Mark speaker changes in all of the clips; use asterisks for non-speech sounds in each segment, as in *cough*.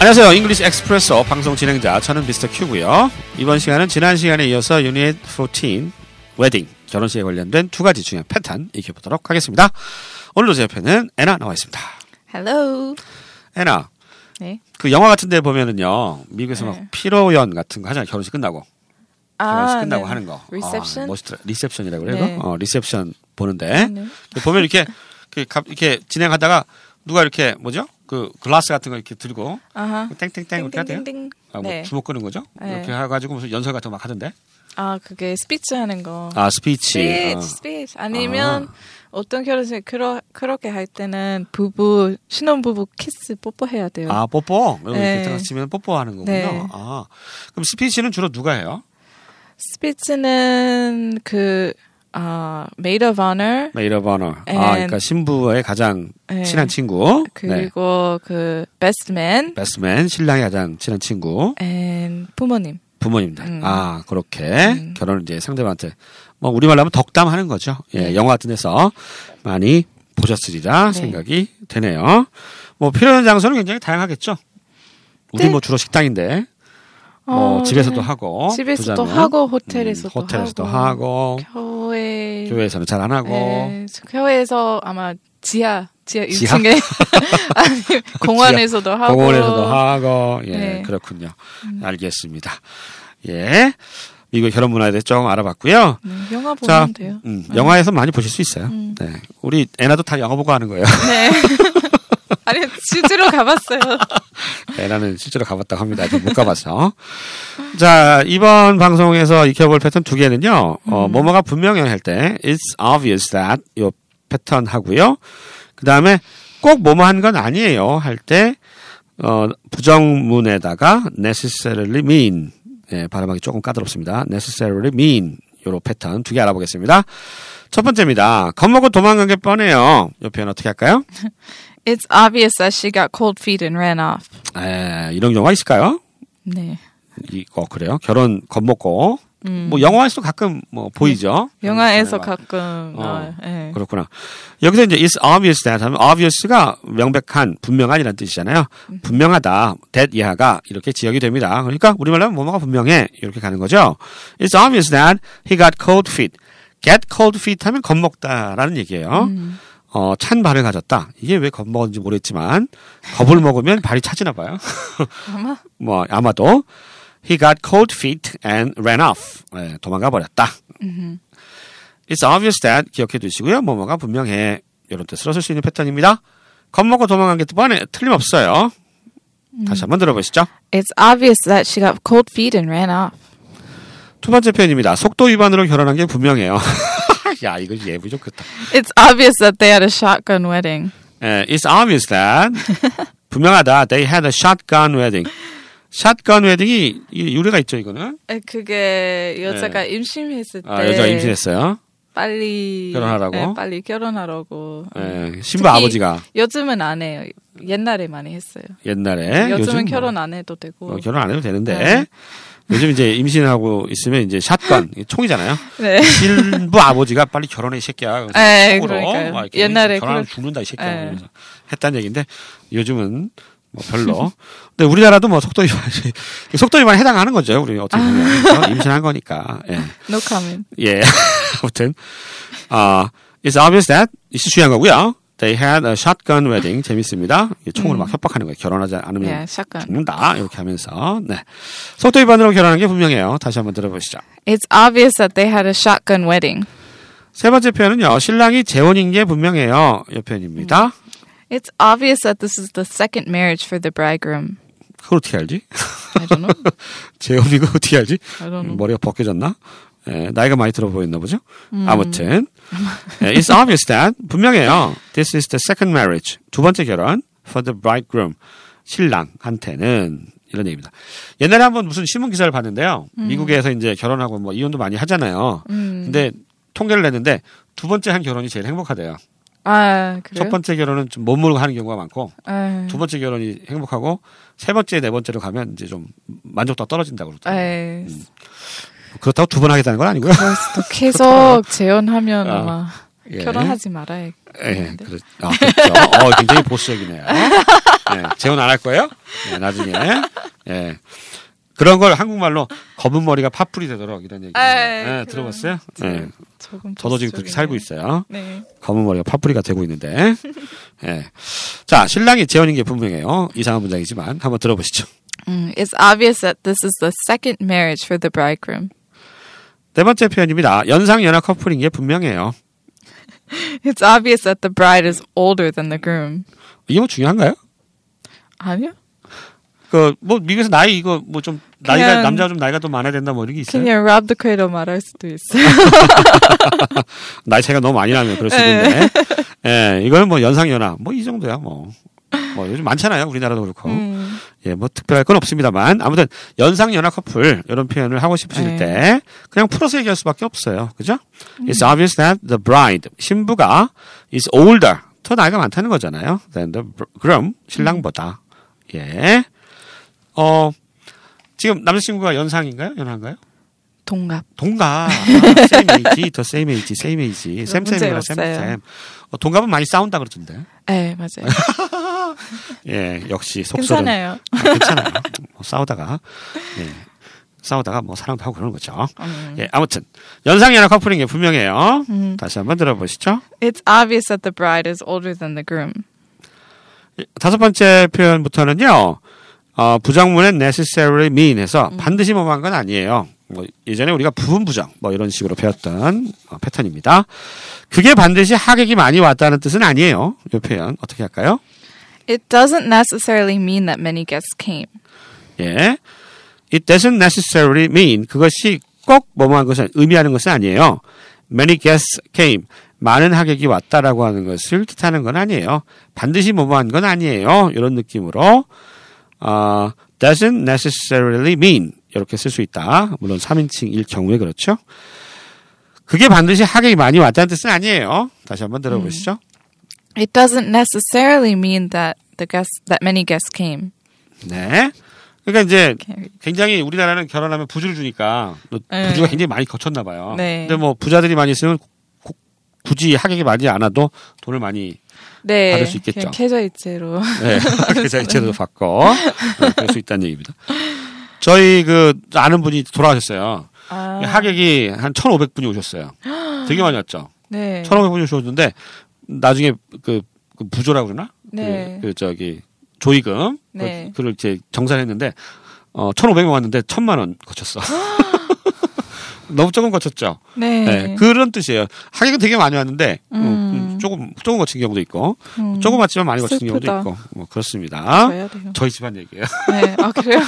Speaker 1: 안녕하세요. 잉글리시 엑스프레소 방송 진행자 저는 미스터 큐고요. 이번 시간은 지난 시간에 이어서 유닛 14 웨딩 결혼식에 관련된 두 가지 중요한 패턴 익혀보도록 하겠습니다. 오늘도 제 옆에는 애나 나와 있습니다.
Speaker 2: Hello.
Speaker 1: 애나.
Speaker 2: 네.
Speaker 1: 그 영화 같은 데 보면은요. 미국에서 막
Speaker 2: 네. 아,
Speaker 1: 피로연 같은 거 하잖아요. 결혼식 끝나고. 결혼식 끝나고 하는 거.
Speaker 2: 네. Reception?
Speaker 1: 아, 멋있더라. 리셉션이라고 그래요.
Speaker 2: 네.
Speaker 1: 이거? 어, 리셉션 보는데.
Speaker 2: 네.
Speaker 1: 보면 이렇게 그 갑- 이렇게 진행하다가 누가 이렇게 뭐죠? 그 글라스 같은 거 이렇게 들고
Speaker 2: 아하.
Speaker 1: 땡땡땡 뭐, 이렇게 하대요.
Speaker 2: 띵.
Speaker 1: 아, 뭐
Speaker 2: 네.
Speaker 1: 주먹 끄는 거죠?
Speaker 2: 네.
Speaker 1: 이렇게 해가지고 무슨 연설 같은 거 막 하던데.
Speaker 2: 아 그게 스피치 하는 거.
Speaker 1: 아 스피치.
Speaker 2: 스피치, 스피치. 아니면 어떤 결혼식 그러, 그렇게 할 때는 부부 신혼 부부 키스 뽀뽀해야 돼요.
Speaker 1: 아 뽀뽀.
Speaker 2: 네.
Speaker 1: 이렇게 딱 치면 뽀뽀하는 거군요.
Speaker 2: 네.
Speaker 1: 아 그럼 스피치는 주로 누가 해요?
Speaker 2: 스피치는 그 아, maid of honor
Speaker 1: 메이러버너 아
Speaker 2: 네.
Speaker 1: 그러니까 신부의 가장
Speaker 2: 네.
Speaker 1: 친한 친구. 네.
Speaker 2: 그리고 그 best man
Speaker 1: 베스맨 신랑의 가장 친한 친구
Speaker 2: and 부모님.
Speaker 1: 부모님들.
Speaker 2: 음.
Speaker 1: 아 그렇게
Speaker 2: 음.
Speaker 1: 결혼을 이제 상대방한테 뭐 우리말로 하면 덕담하는 거죠. 예,
Speaker 2: 네.
Speaker 1: 영화 같은 데서 많이 보셨으리라
Speaker 2: 네.
Speaker 1: 생각이 되네요. 뭐 필요한 장소는 굉장히 다양하겠죠. 우리
Speaker 2: 네.
Speaker 1: 뭐 주로 식당인데 뭐
Speaker 2: 어,
Speaker 1: 집에서도
Speaker 2: 네.
Speaker 1: 하고
Speaker 2: 집에서도
Speaker 1: 부자는.
Speaker 2: 하고
Speaker 1: 음,
Speaker 2: 호텔에서도,
Speaker 1: 호텔에서도 하고,
Speaker 2: 교회
Speaker 1: 교회에서는 잘 안 하고
Speaker 2: 네, 저 교회에서 아마 지하 지하
Speaker 1: 지하?
Speaker 2: 1층에
Speaker 1: *laughs*
Speaker 2: 아니 공원에서도 하고
Speaker 1: 공원에서도 하고 예
Speaker 2: 네.
Speaker 1: 그렇군요 알겠습니다 예 미국 결혼 문화에 대해 좀 알아봤고요
Speaker 2: 네, 영화 보면
Speaker 1: 자,
Speaker 2: 돼요.
Speaker 1: 음, 영화에서 많이 보실 수 있어요
Speaker 2: 음.
Speaker 1: 네 우리 애나도 다 영화 보고 하는 거예요
Speaker 2: 네. *laughs* 아니 실제로 가봤어요.
Speaker 1: 네, 애나는 실제로 가봤다고 합니다 아직 못 가봐서 자 이번 방송에서 익혀볼 패턴 두 개는요 어, 뭐뭐가 분명히 할 때 it's obvious that 요 패턴 하고요 그 다음에 꼭 뭐뭐 한 건 아니에요 할 때 어, 부정문에다가 necessarily mean 예, 발음하기 조금 까다롭습니다. necessarily mean 요로 패턴 두 개 알아보겠습니다. 첫 번째입니다. 겁먹고 도망간 게 뻔해요. 요 표현 어떻게 할까요?
Speaker 2: It's obvious that she got cold feet and ran off.
Speaker 1: 에, 이런 경우가 있을까요?
Speaker 2: 네.
Speaker 1: 이거 그래요? 결혼 겁먹고
Speaker 2: 음. 예.
Speaker 1: 뭐 영화에서도 가끔 뭐 보이죠?
Speaker 2: 영화에서
Speaker 1: 막.
Speaker 2: 가끔
Speaker 1: 어,
Speaker 2: 나와요. 네.
Speaker 1: 그렇구나. 여기서 이제 it's obvious that 하면 obvious가 명백한, 분명한이라는 뜻이잖아요.
Speaker 2: 음.
Speaker 1: 분명하다, that 이하가 이렇게 지역이 됩니다. 그러니까 우리말로 하면 뭐뭐가 분명해 이렇게 가는 거죠. It's obvious that he got cold feet. get cold feet 하면 겁먹다라는 얘기예요.
Speaker 2: 음.
Speaker 1: 어, 찬 발을 가졌다. 이게 왜 겁먹었는지 모르겠지만 겁을 먹으면 발이 차지나 봐요.
Speaker 2: 아마
Speaker 1: 뭐 아마도 he got cold feet and ran off. 예, 도망가 버렸다. It's obvious that 기억해 두시고요. 뭐뭐가 분명해 이런 뜻으로 쓸 수 있는 패턴입니다. 겁먹고 도망간 게 뻔해 틀림없어요.
Speaker 2: 음.
Speaker 1: 다시 한번 들어보시죠.
Speaker 2: It's obvious that she got cold feet and ran off.
Speaker 1: 두 번째 표현입니다. 속도 위반으로 결혼한 게 분명해요. *laughs* 야 이거 예부 좋겠다.
Speaker 2: It's obvious that they had a shotgun wedding.
Speaker 1: 예, It's obvious
Speaker 2: *laughs*
Speaker 1: that 분명하다. They had a shotgun wedding. 샷건 웨딩이 이 유래가 있죠 이거는
Speaker 2: 에, 그게 여자가 임신했을 때
Speaker 1: 아, 여자가 임신했어요.
Speaker 2: 빨리
Speaker 1: 결혼하라고?
Speaker 2: 네, 빨리 결혼하라고.
Speaker 1: 예,
Speaker 2: 음. 특히
Speaker 1: 신부 아버지가
Speaker 2: 요즘은 안 해요. 옛날에 많이 했어요.
Speaker 1: 옛날에 예?
Speaker 2: 요즘은 뭐
Speaker 1: 요즘
Speaker 2: 결혼 안 해도 되고.
Speaker 1: 뭐, 어, 결혼 안 해도 되는데
Speaker 2: 네.
Speaker 1: 요즘 이제 임신하고 있으면 이제
Speaker 2: *laughs*
Speaker 1: 샷건 이게 총이잖아요.
Speaker 2: 네. *laughs*
Speaker 1: 신부 아버지가 빨리 결혼해 이 새끼야. 그래서
Speaker 2: 네,
Speaker 1: 속으로
Speaker 2: 그러니까요.
Speaker 1: 막 이렇게
Speaker 2: 옛날에
Speaker 1: 결혼하면
Speaker 2: 그렇-
Speaker 1: 죽는다 이 새끼야.
Speaker 2: 네.
Speaker 1: 그러면서 했단 얘기인데 요즘은 뭐 별로. 근데 우리나라도 뭐 속도 위반 *laughs* 속도 위반 에 해당하는 거죠. 우리 어떻게
Speaker 2: 아.
Speaker 1: 보면 그건 임신한 거니까. 예.
Speaker 2: No comment.
Speaker 1: 예. *laughs* 아무튼 아 it's obvious that 이 중요한 거고요. They had a shotgun wedding 재밌습니다. 이게 총으로 막 협박하는 거예요. 결혼하지 않으면
Speaker 2: Yeah, shotgun.
Speaker 1: 죽는다 이렇게 하면서 네 속도 위반으로 결혼한 게 분명해요. 다시 한번 들어보시죠.
Speaker 2: It's obvious that they had a shotgun wedding.
Speaker 1: 세 번째 표현은요. 신랑이 재혼인 게 분명해요. 이 표현입니다.
Speaker 2: It's obvious that this is the second marriage for the bridegroom.
Speaker 1: 그걸 어떻게 알지? *laughs*
Speaker 2: I don't know.
Speaker 1: 재혼이고 어떻게 알지?
Speaker 2: I don't know.
Speaker 1: 음, 머리가 벗겨졌나? 예, 나이가 많이 들어 보였나 보죠. 아무튼 예, it's obvious that 분명해요. This is the second marriage 두 번째 결혼 for the bridegroom 신랑한테는 이런 얘기입니다. 옛날에 한번 무슨 신문 기사를 봤는데요. 미국에서 이제 결혼하고 뭐 이혼도 많이 하잖아요.
Speaker 2: 음.
Speaker 1: 근데 통계를 냈는데 두 번째 한 결혼이 제일 행복하대요.
Speaker 2: 아, 그래요?
Speaker 1: 첫 번째 결혼은 좀 머무르고 하는 경우가 많고
Speaker 2: 아,
Speaker 1: 두 번째 결혼이 행복하고 세 번째 네 번째로 가면 이제 좀 만족도가 떨어진다고 그러더라고요.
Speaker 2: 에이,
Speaker 1: 그렇다고 두 음. 번 하겠다는 건 아니고요.
Speaker 2: 그래서 또 계속 재혼하면
Speaker 1: 아.
Speaker 2: 아마
Speaker 1: 예.
Speaker 2: 결혼하지 말아야. 네.
Speaker 1: 예, 그렇, 아, 그렇죠. 어, 굉장히 보수적이네요. 예, 재혼 안 할 거예요? 예, 나중에. 예. 그런 걸 한국말로 검은 머리가 파풀이 되도록 이런 얘기.
Speaker 2: 아, 네,
Speaker 1: 예,
Speaker 2: 그럼.
Speaker 1: 들어봤어요? 예.
Speaker 2: 조금
Speaker 1: 저도 지금 그렇게 살고 있어요.
Speaker 2: 네.
Speaker 1: 검은 머리가 파뿌리가 되고 있는데. 예. 자, 신랑이 재혼인 게 분명해요. 이상한 문장이지만 한번 들어보시죠.
Speaker 2: Mm, it's obvious that this is the second marriage for the bridegroom.
Speaker 1: 네 번째 표현입니다. 연상연하 커플인 게 분명해요.
Speaker 2: It's obvious that the bride is older than the groom.
Speaker 1: 이게 뭐 중요한가요?
Speaker 2: 아니요.
Speaker 1: 그, 뭐, 미국에서 나이 이거 뭐 좀, 나이가,
Speaker 2: 그냥-
Speaker 1: 남자가 좀 나이가 더 많아야 된다 뭐 이런 게 있어요.
Speaker 2: 그냥 rob the cradle 말할 수도 있어요.
Speaker 1: 나이 차이가 너무 많이 나면 그럴 수
Speaker 2: 네.
Speaker 1: 있는데. 예, 이거는 뭐 연상연하. 뭐 이 정도야 뭐. 뭐 요즘 많잖아요. 우리나라도 그렇고.
Speaker 2: 음,
Speaker 1: 예, 뭐 특별할 건 없습니다만. 아무튼 연상연하 커플 이런 표현을 하고 싶으실
Speaker 2: 네. 음.
Speaker 1: 때 그냥 풀어서 얘기할 수밖에 없어요. 그죠? It's obvious that the bride, 신부가 is older. 더 나이가 많다는 거잖아요. Than the br- groom, 신랑보다.
Speaker 2: 음.
Speaker 1: 예. 어, 지금 남자친구가 연상인가요? 연하인가요?
Speaker 2: 동갑. *laughs*
Speaker 1: 동갑. 세이메이지, 더 세이메이지, 세이메이지.
Speaker 2: 그런 문제
Speaker 1: 쌤쌤이라
Speaker 2: 없어요.
Speaker 1: 쌤쌤. 어, 동갑은 많이 싸운다 그러던데.
Speaker 2: 네, *laughs* 맞아요.
Speaker 1: 예, 역시 속설은.
Speaker 2: 괜찮아요.
Speaker 1: 아, 괜찮아요. 뭐 싸우다가 예, 싸우다가 뭐 사랑도 하고 그러는 거죠.
Speaker 2: 음.
Speaker 1: 예, 아무튼 연상연하 커플인 게 분명해요.
Speaker 2: 음.
Speaker 1: 다시 한번 들어보시죠.
Speaker 2: It's obvious that the bride is older than the groom.
Speaker 1: 예, 다섯 번째 표현부터는요. 어, 부정문의 necessarily mean에서 반드시 뭐한 건 아니에요. 뭐 예전에 우리가 부분 부정 뭐 이런 식으로 배웠던 어, 패턴입니다. 그게 반드시 하객이 많이 왔다는 뜻은 아니에요. 이 표현 어떻게 할까요?
Speaker 2: It doesn't necessarily mean that many guests came.
Speaker 1: 예. It doesn't necessarily mean 그것이 꼭 뭐뭐한 것을 의미하는 것은 아니에요. Many guests came. 많은 하객이 왔다라고 하는 것을 뜻하는 건 아니에요. 반드시 뭐뭐한 건 아니에요. 이런 느낌으로 아, doesn't necessarily mean 이렇게 쓸 수 있다. 물론 3인칭일 경우에 그렇죠. 그게 반드시 하객이 많이 왔다는 뜻은 아니에요. 다시 한번 들어보시죠.
Speaker 2: It doesn't necessarily mean that the guests that many guests came.
Speaker 1: 네. 그러니까 이제
Speaker 2: Carried.
Speaker 1: 굉장히 우리나라는 결혼하면 부주를 주니까 또
Speaker 2: 네.
Speaker 1: 부주가 굉장히 많이 거쳤나 봐요.
Speaker 2: 네.
Speaker 1: 근데 뭐 부자들이 많이 쓰면 고- 굳이 하객이 많지 않아도 돈을 많이
Speaker 2: 네.
Speaker 1: 받을 수 있겠죠.
Speaker 2: 그냥 계좌이체로. *laughs*
Speaker 1: 네. *laughs* 그래서 이체도 받고 네, 그럴 수 있다는 얘기입니다. 저희 그 아는 분이 돌아가셨어요.
Speaker 2: 아,
Speaker 1: 하객이 한 1,500분이 오셨어요. 되게 많이 왔죠.
Speaker 2: 네.
Speaker 1: 1,500분이 오셨는데 나중에 그, 그 부조라 그러나?
Speaker 2: 네.
Speaker 1: 그, 그 저기 조의금
Speaker 2: 네.
Speaker 1: 그, 걸 이제 정산했는데 어 1,500명 왔는데 1,000만 원
Speaker 2: *gasps*
Speaker 1: 거쳤어. 너무 조금 거쳤죠.
Speaker 2: 네.
Speaker 1: 네, 그런 뜻이에요. 하객은 되게 많이 왔는데 음,
Speaker 2: 음.
Speaker 1: 음, 조금 조금 거친 경우도 있고
Speaker 2: 음,
Speaker 1: 조금 왔지만 많이 거친
Speaker 2: 슬프다. 네.
Speaker 1: 경우도 있고 뭐 그렇습니다.
Speaker 2: 줘야 돼요.
Speaker 1: 저희 집안 얘기예요. *laughs*
Speaker 2: 네. 아, *laughs* 그래요?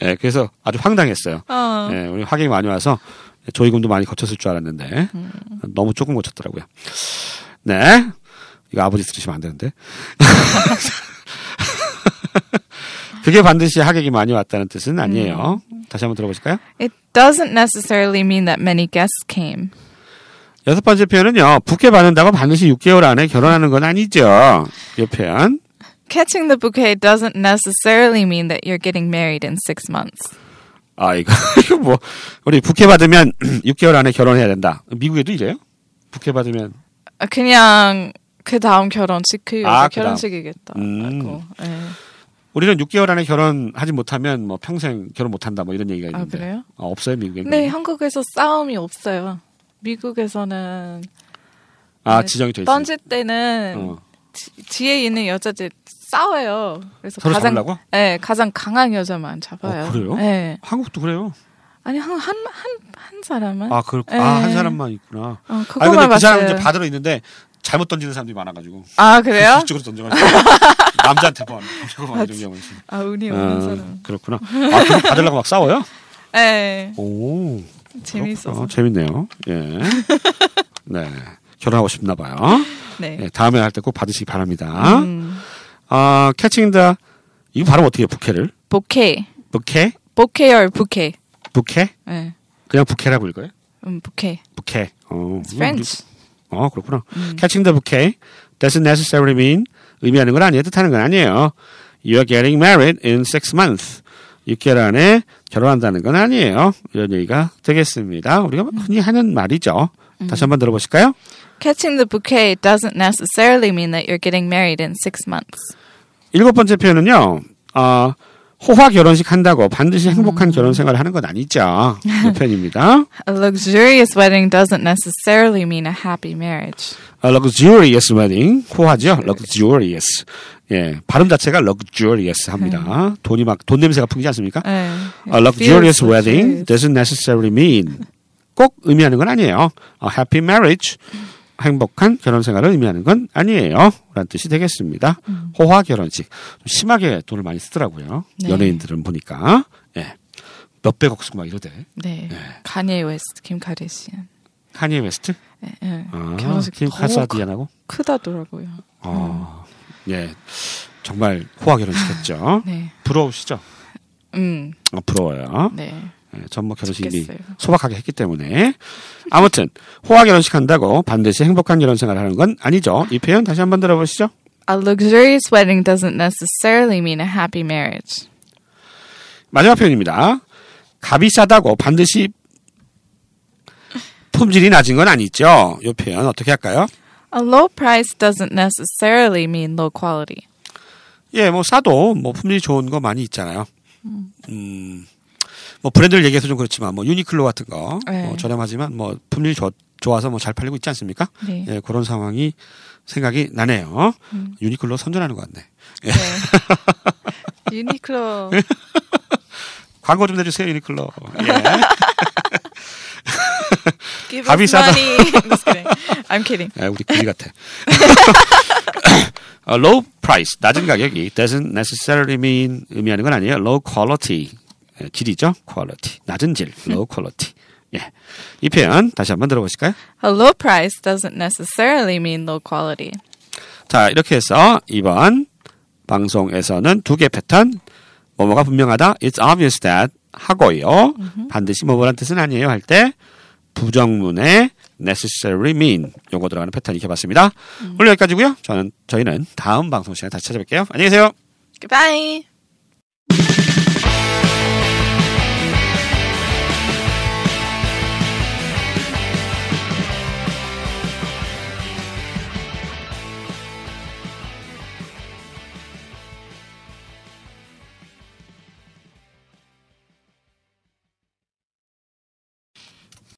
Speaker 1: 네, 그래서 아주 황당했어요.
Speaker 2: 어.
Speaker 1: 예, 우리 하객이 많이 와서 조이금도 많이 거쳤을 줄 알았는데 너무 조금 거쳤더라고요. 네, 이거 아버지 들으시면 안 되는데. *laughs* 그게 반드시 하객이 많이 왔다는 뜻은 아니에요. 다시 한번 들어보실까요?
Speaker 2: It doesn't necessarily mean that many guests came.
Speaker 1: 여섯 번째 표현은요. 부케 받는다고 반드시 6개월 안에 결혼하는 건 아니죠. 이 표현.
Speaker 2: Catching the bouquet doesn't necessarily mean that you're getting married in six months.
Speaker 1: 아 이거 *laughs* 이거 뭐 우리 부케 받으면 *clears throat* 6개월 안에 결혼해야 된다. 미국에도 이래요? 부케 받으면
Speaker 2: 아, 그냥 그 다음 결혼식
Speaker 1: 아,
Speaker 2: 그
Speaker 1: 그
Speaker 2: 여자
Speaker 1: 다음.
Speaker 2: 결혼식이겠다.
Speaker 1: 음.
Speaker 2: 고 네.
Speaker 1: 우리는 6개월 안에 결혼하지 못하면 뭐 평생 결혼 못한다 뭐 이런 얘기가
Speaker 2: 아,
Speaker 1: 있는데
Speaker 2: 그래요?
Speaker 1: 어, 없어요 미국에
Speaker 2: 네, 한국에서 싸움이 없어요. 미국에서는
Speaker 1: 아
Speaker 2: 네,
Speaker 1: 지정이 돼 있어요
Speaker 2: 던질 때는
Speaker 1: 어.
Speaker 2: 지- 뒤에 있는 여자들 싸워요. 그래서
Speaker 1: 서로
Speaker 2: 가장
Speaker 1: 잡으려고?
Speaker 2: 네, 가장 강한 여자만 잡아요.
Speaker 1: 어, 그래요?
Speaker 2: 네.
Speaker 1: 한국도 그래요
Speaker 2: 아니 한 한 한 한 사람은
Speaker 1: 아 그렇고
Speaker 2: 네.
Speaker 1: 아한 사람만 있구나
Speaker 2: 어,
Speaker 1: 아니 근데
Speaker 2: 그거만
Speaker 1: 그
Speaker 2: 봤어요.
Speaker 1: 사람 이제 받으러 있는데 잘못 던지는 사람들이 많아가지고
Speaker 2: 아 그래요?
Speaker 1: 이쪽으로 던져가지고
Speaker 2: *laughs*
Speaker 1: 남자한테 번 이런
Speaker 2: 아,
Speaker 1: 경우
Speaker 2: 아 운이 없는
Speaker 1: 아,
Speaker 2: 사람.
Speaker 1: 그렇구나 아 그거 받으려고 막
Speaker 2: *laughs*
Speaker 1: 싸워요
Speaker 2: 네,
Speaker 1: 오
Speaker 2: 재밌어서.
Speaker 1: 그렇구나. 재밌네요 예 네. 결혼하고 싶나 봐요
Speaker 2: 네.
Speaker 1: 예, 다음에 할 때 꼭 받으시기 바랍니다
Speaker 2: 음,
Speaker 1: 아 캐칭다 이거 발음 어떻게 해요 부캐를
Speaker 2: 보케,
Speaker 1: 부캐
Speaker 2: 보케 or 부케.
Speaker 1: 부캐
Speaker 2: 네,
Speaker 1: 그냥 부캐라고 읽어요?
Speaker 2: 음, 부케.
Speaker 1: 부캐. 어,
Speaker 2: Mm, It's French. 음.
Speaker 1: 어 그렇구나. Catching the bouquet doesn't necessarily mean 의미하는 건 아니에요. 뜻하는 건 아니에요. You are getting married in six months. 6개월
Speaker 2: 음.
Speaker 1: 안에 결혼한다는 건 아니에요. 이런 얘기가 되겠습니다. 우리가 흔히 하는 말이죠. 다시 한번 들어보실까요?
Speaker 2: Catching the bouquet doesn't necessarily mean that you're getting married in six months.
Speaker 1: 일곱 번째 표현은요. 어, 호화 결혼식 한다고 반드시
Speaker 2: 음.
Speaker 1: 행복한 결혼 생활을 하는 건 아니죠.
Speaker 2: *laughs*
Speaker 1: 이 표현입니다.
Speaker 2: A luxurious wedding doesn't necessarily mean a happy marriage.
Speaker 1: 아, luxurious wedding. 호화죠. luxurious. 예. 발음 자체가 luxurious 합니다. 돈이 막, 돈 냄새가 풍기지 않습니까?
Speaker 2: 네.
Speaker 1: A luxurious wedding doesn't necessarily mean 꼭 의미하는 건 아니에요. A happy marriage. 행복한 결혼 생활을 의미하는 건 아니에요. 라는 뜻이 되겠습니다. 호화 결혼식. 좀 심하게 돈을 많이 쓰더라고요.
Speaker 2: 음. 네.
Speaker 1: 연예인들은 보니까. 예. 몇백억 쓰고 막 이러대.
Speaker 2: 네. Kanye West, Kim Kardashian.
Speaker 1: 카니에 웨스트?
Speaker 2: 네, 네.
Speaker 1: 아,
Speaker 2: 결혼식
Speaker 1: 김
Speaker 2: 더
Speaker 1: 카사디안하고?
Speaker 2: 크다더라고요.
Speaker 1: 어, 예. 정말 호화 *laughs* 결혼식했죠.
Speaker 2: 네.
Speaker 1: 부러우시죠?
Speaker 2: 음.
Speaker 1: 어, 부러워요.
Speaker 2: 네.
Speaker 1: 예, 전뭐 결혼식이
Speaker 2: 좋겠어요.
Speaker 1: 소박하게 했기 때문에. 아무튼, 호화 결혼식 한다고 반드시 행복한 결혼 생활 하는 건 아니죠. 이 표현 다시 한번 들어보시죠.
Speaker 2: A luxurious wedding doesn't necessarily mean a happy marriage.
Speaker 1: 마지막 표현입니다. 값이 싸다고 반드시 품질이 낮은 건 아니죠. 이 표현 어떻게 할까요?
Speaker 2: A low price doesn't necessarily mean low quality.
Speaker 1: 예, 뭐 싸도 뭐 품질이 좋은 거 많이 있잖아요. 음, 뭐 브랜드를 얘기해서 좀 그렇지만 뭐 유니클로 같은 거
Speaker 2: 네.
Speaker 1: 뭐 저렴하지만 뭐 품질 좋, 좋아서 뭐 잘 팔리고 있지 않습니까?
Speaker 2: 네. 음.
Speaker 1: 예, 그런 상황이 생각이 나네요. 유니클로 선전하는 것 같네.
Speaker 2: 네. 유니클로.
Speaker 1: 광고 좀 내주세요, 유니클로.
Speaker 2: *laughs*
Speaker 1: 예.
Speaker 2: Give
Speaker 1: 값이
Speaker 2: us
Speaker 1: 싸다.
Speaker 2: money. *laughs* I'm just kidding. I'm kidding.
Speaker 1: 예, 우리 그지 같아. *laughs* 어, low price 낮은 가격이 doesn't necessarily mean 의미하는 건 아니에요. low quality 예, 질이죠, quality 낮은 질, low quality. 예, 이 표현 다시 한번 들어보실까요?
Speaker 2: A low price doesn't necessarily mean low quality.
Speaker 1: 자, 이렇게 해서 이번 방송에서는 두 개 패턴, 뭐뭐가 분명하다, it's obvious that 하고요. 반드시 뭐뭐란 뜻은 아니에요 할 때 부정문에 necessary mean 요거 들어가는 패턴 익혀봤습니다. 오늘 여기까지고요. 저는 저희는 다음 방송 시간에 다시 찾아뵐게요. 안녕히 계세요.
Speaker 2: Goodbye.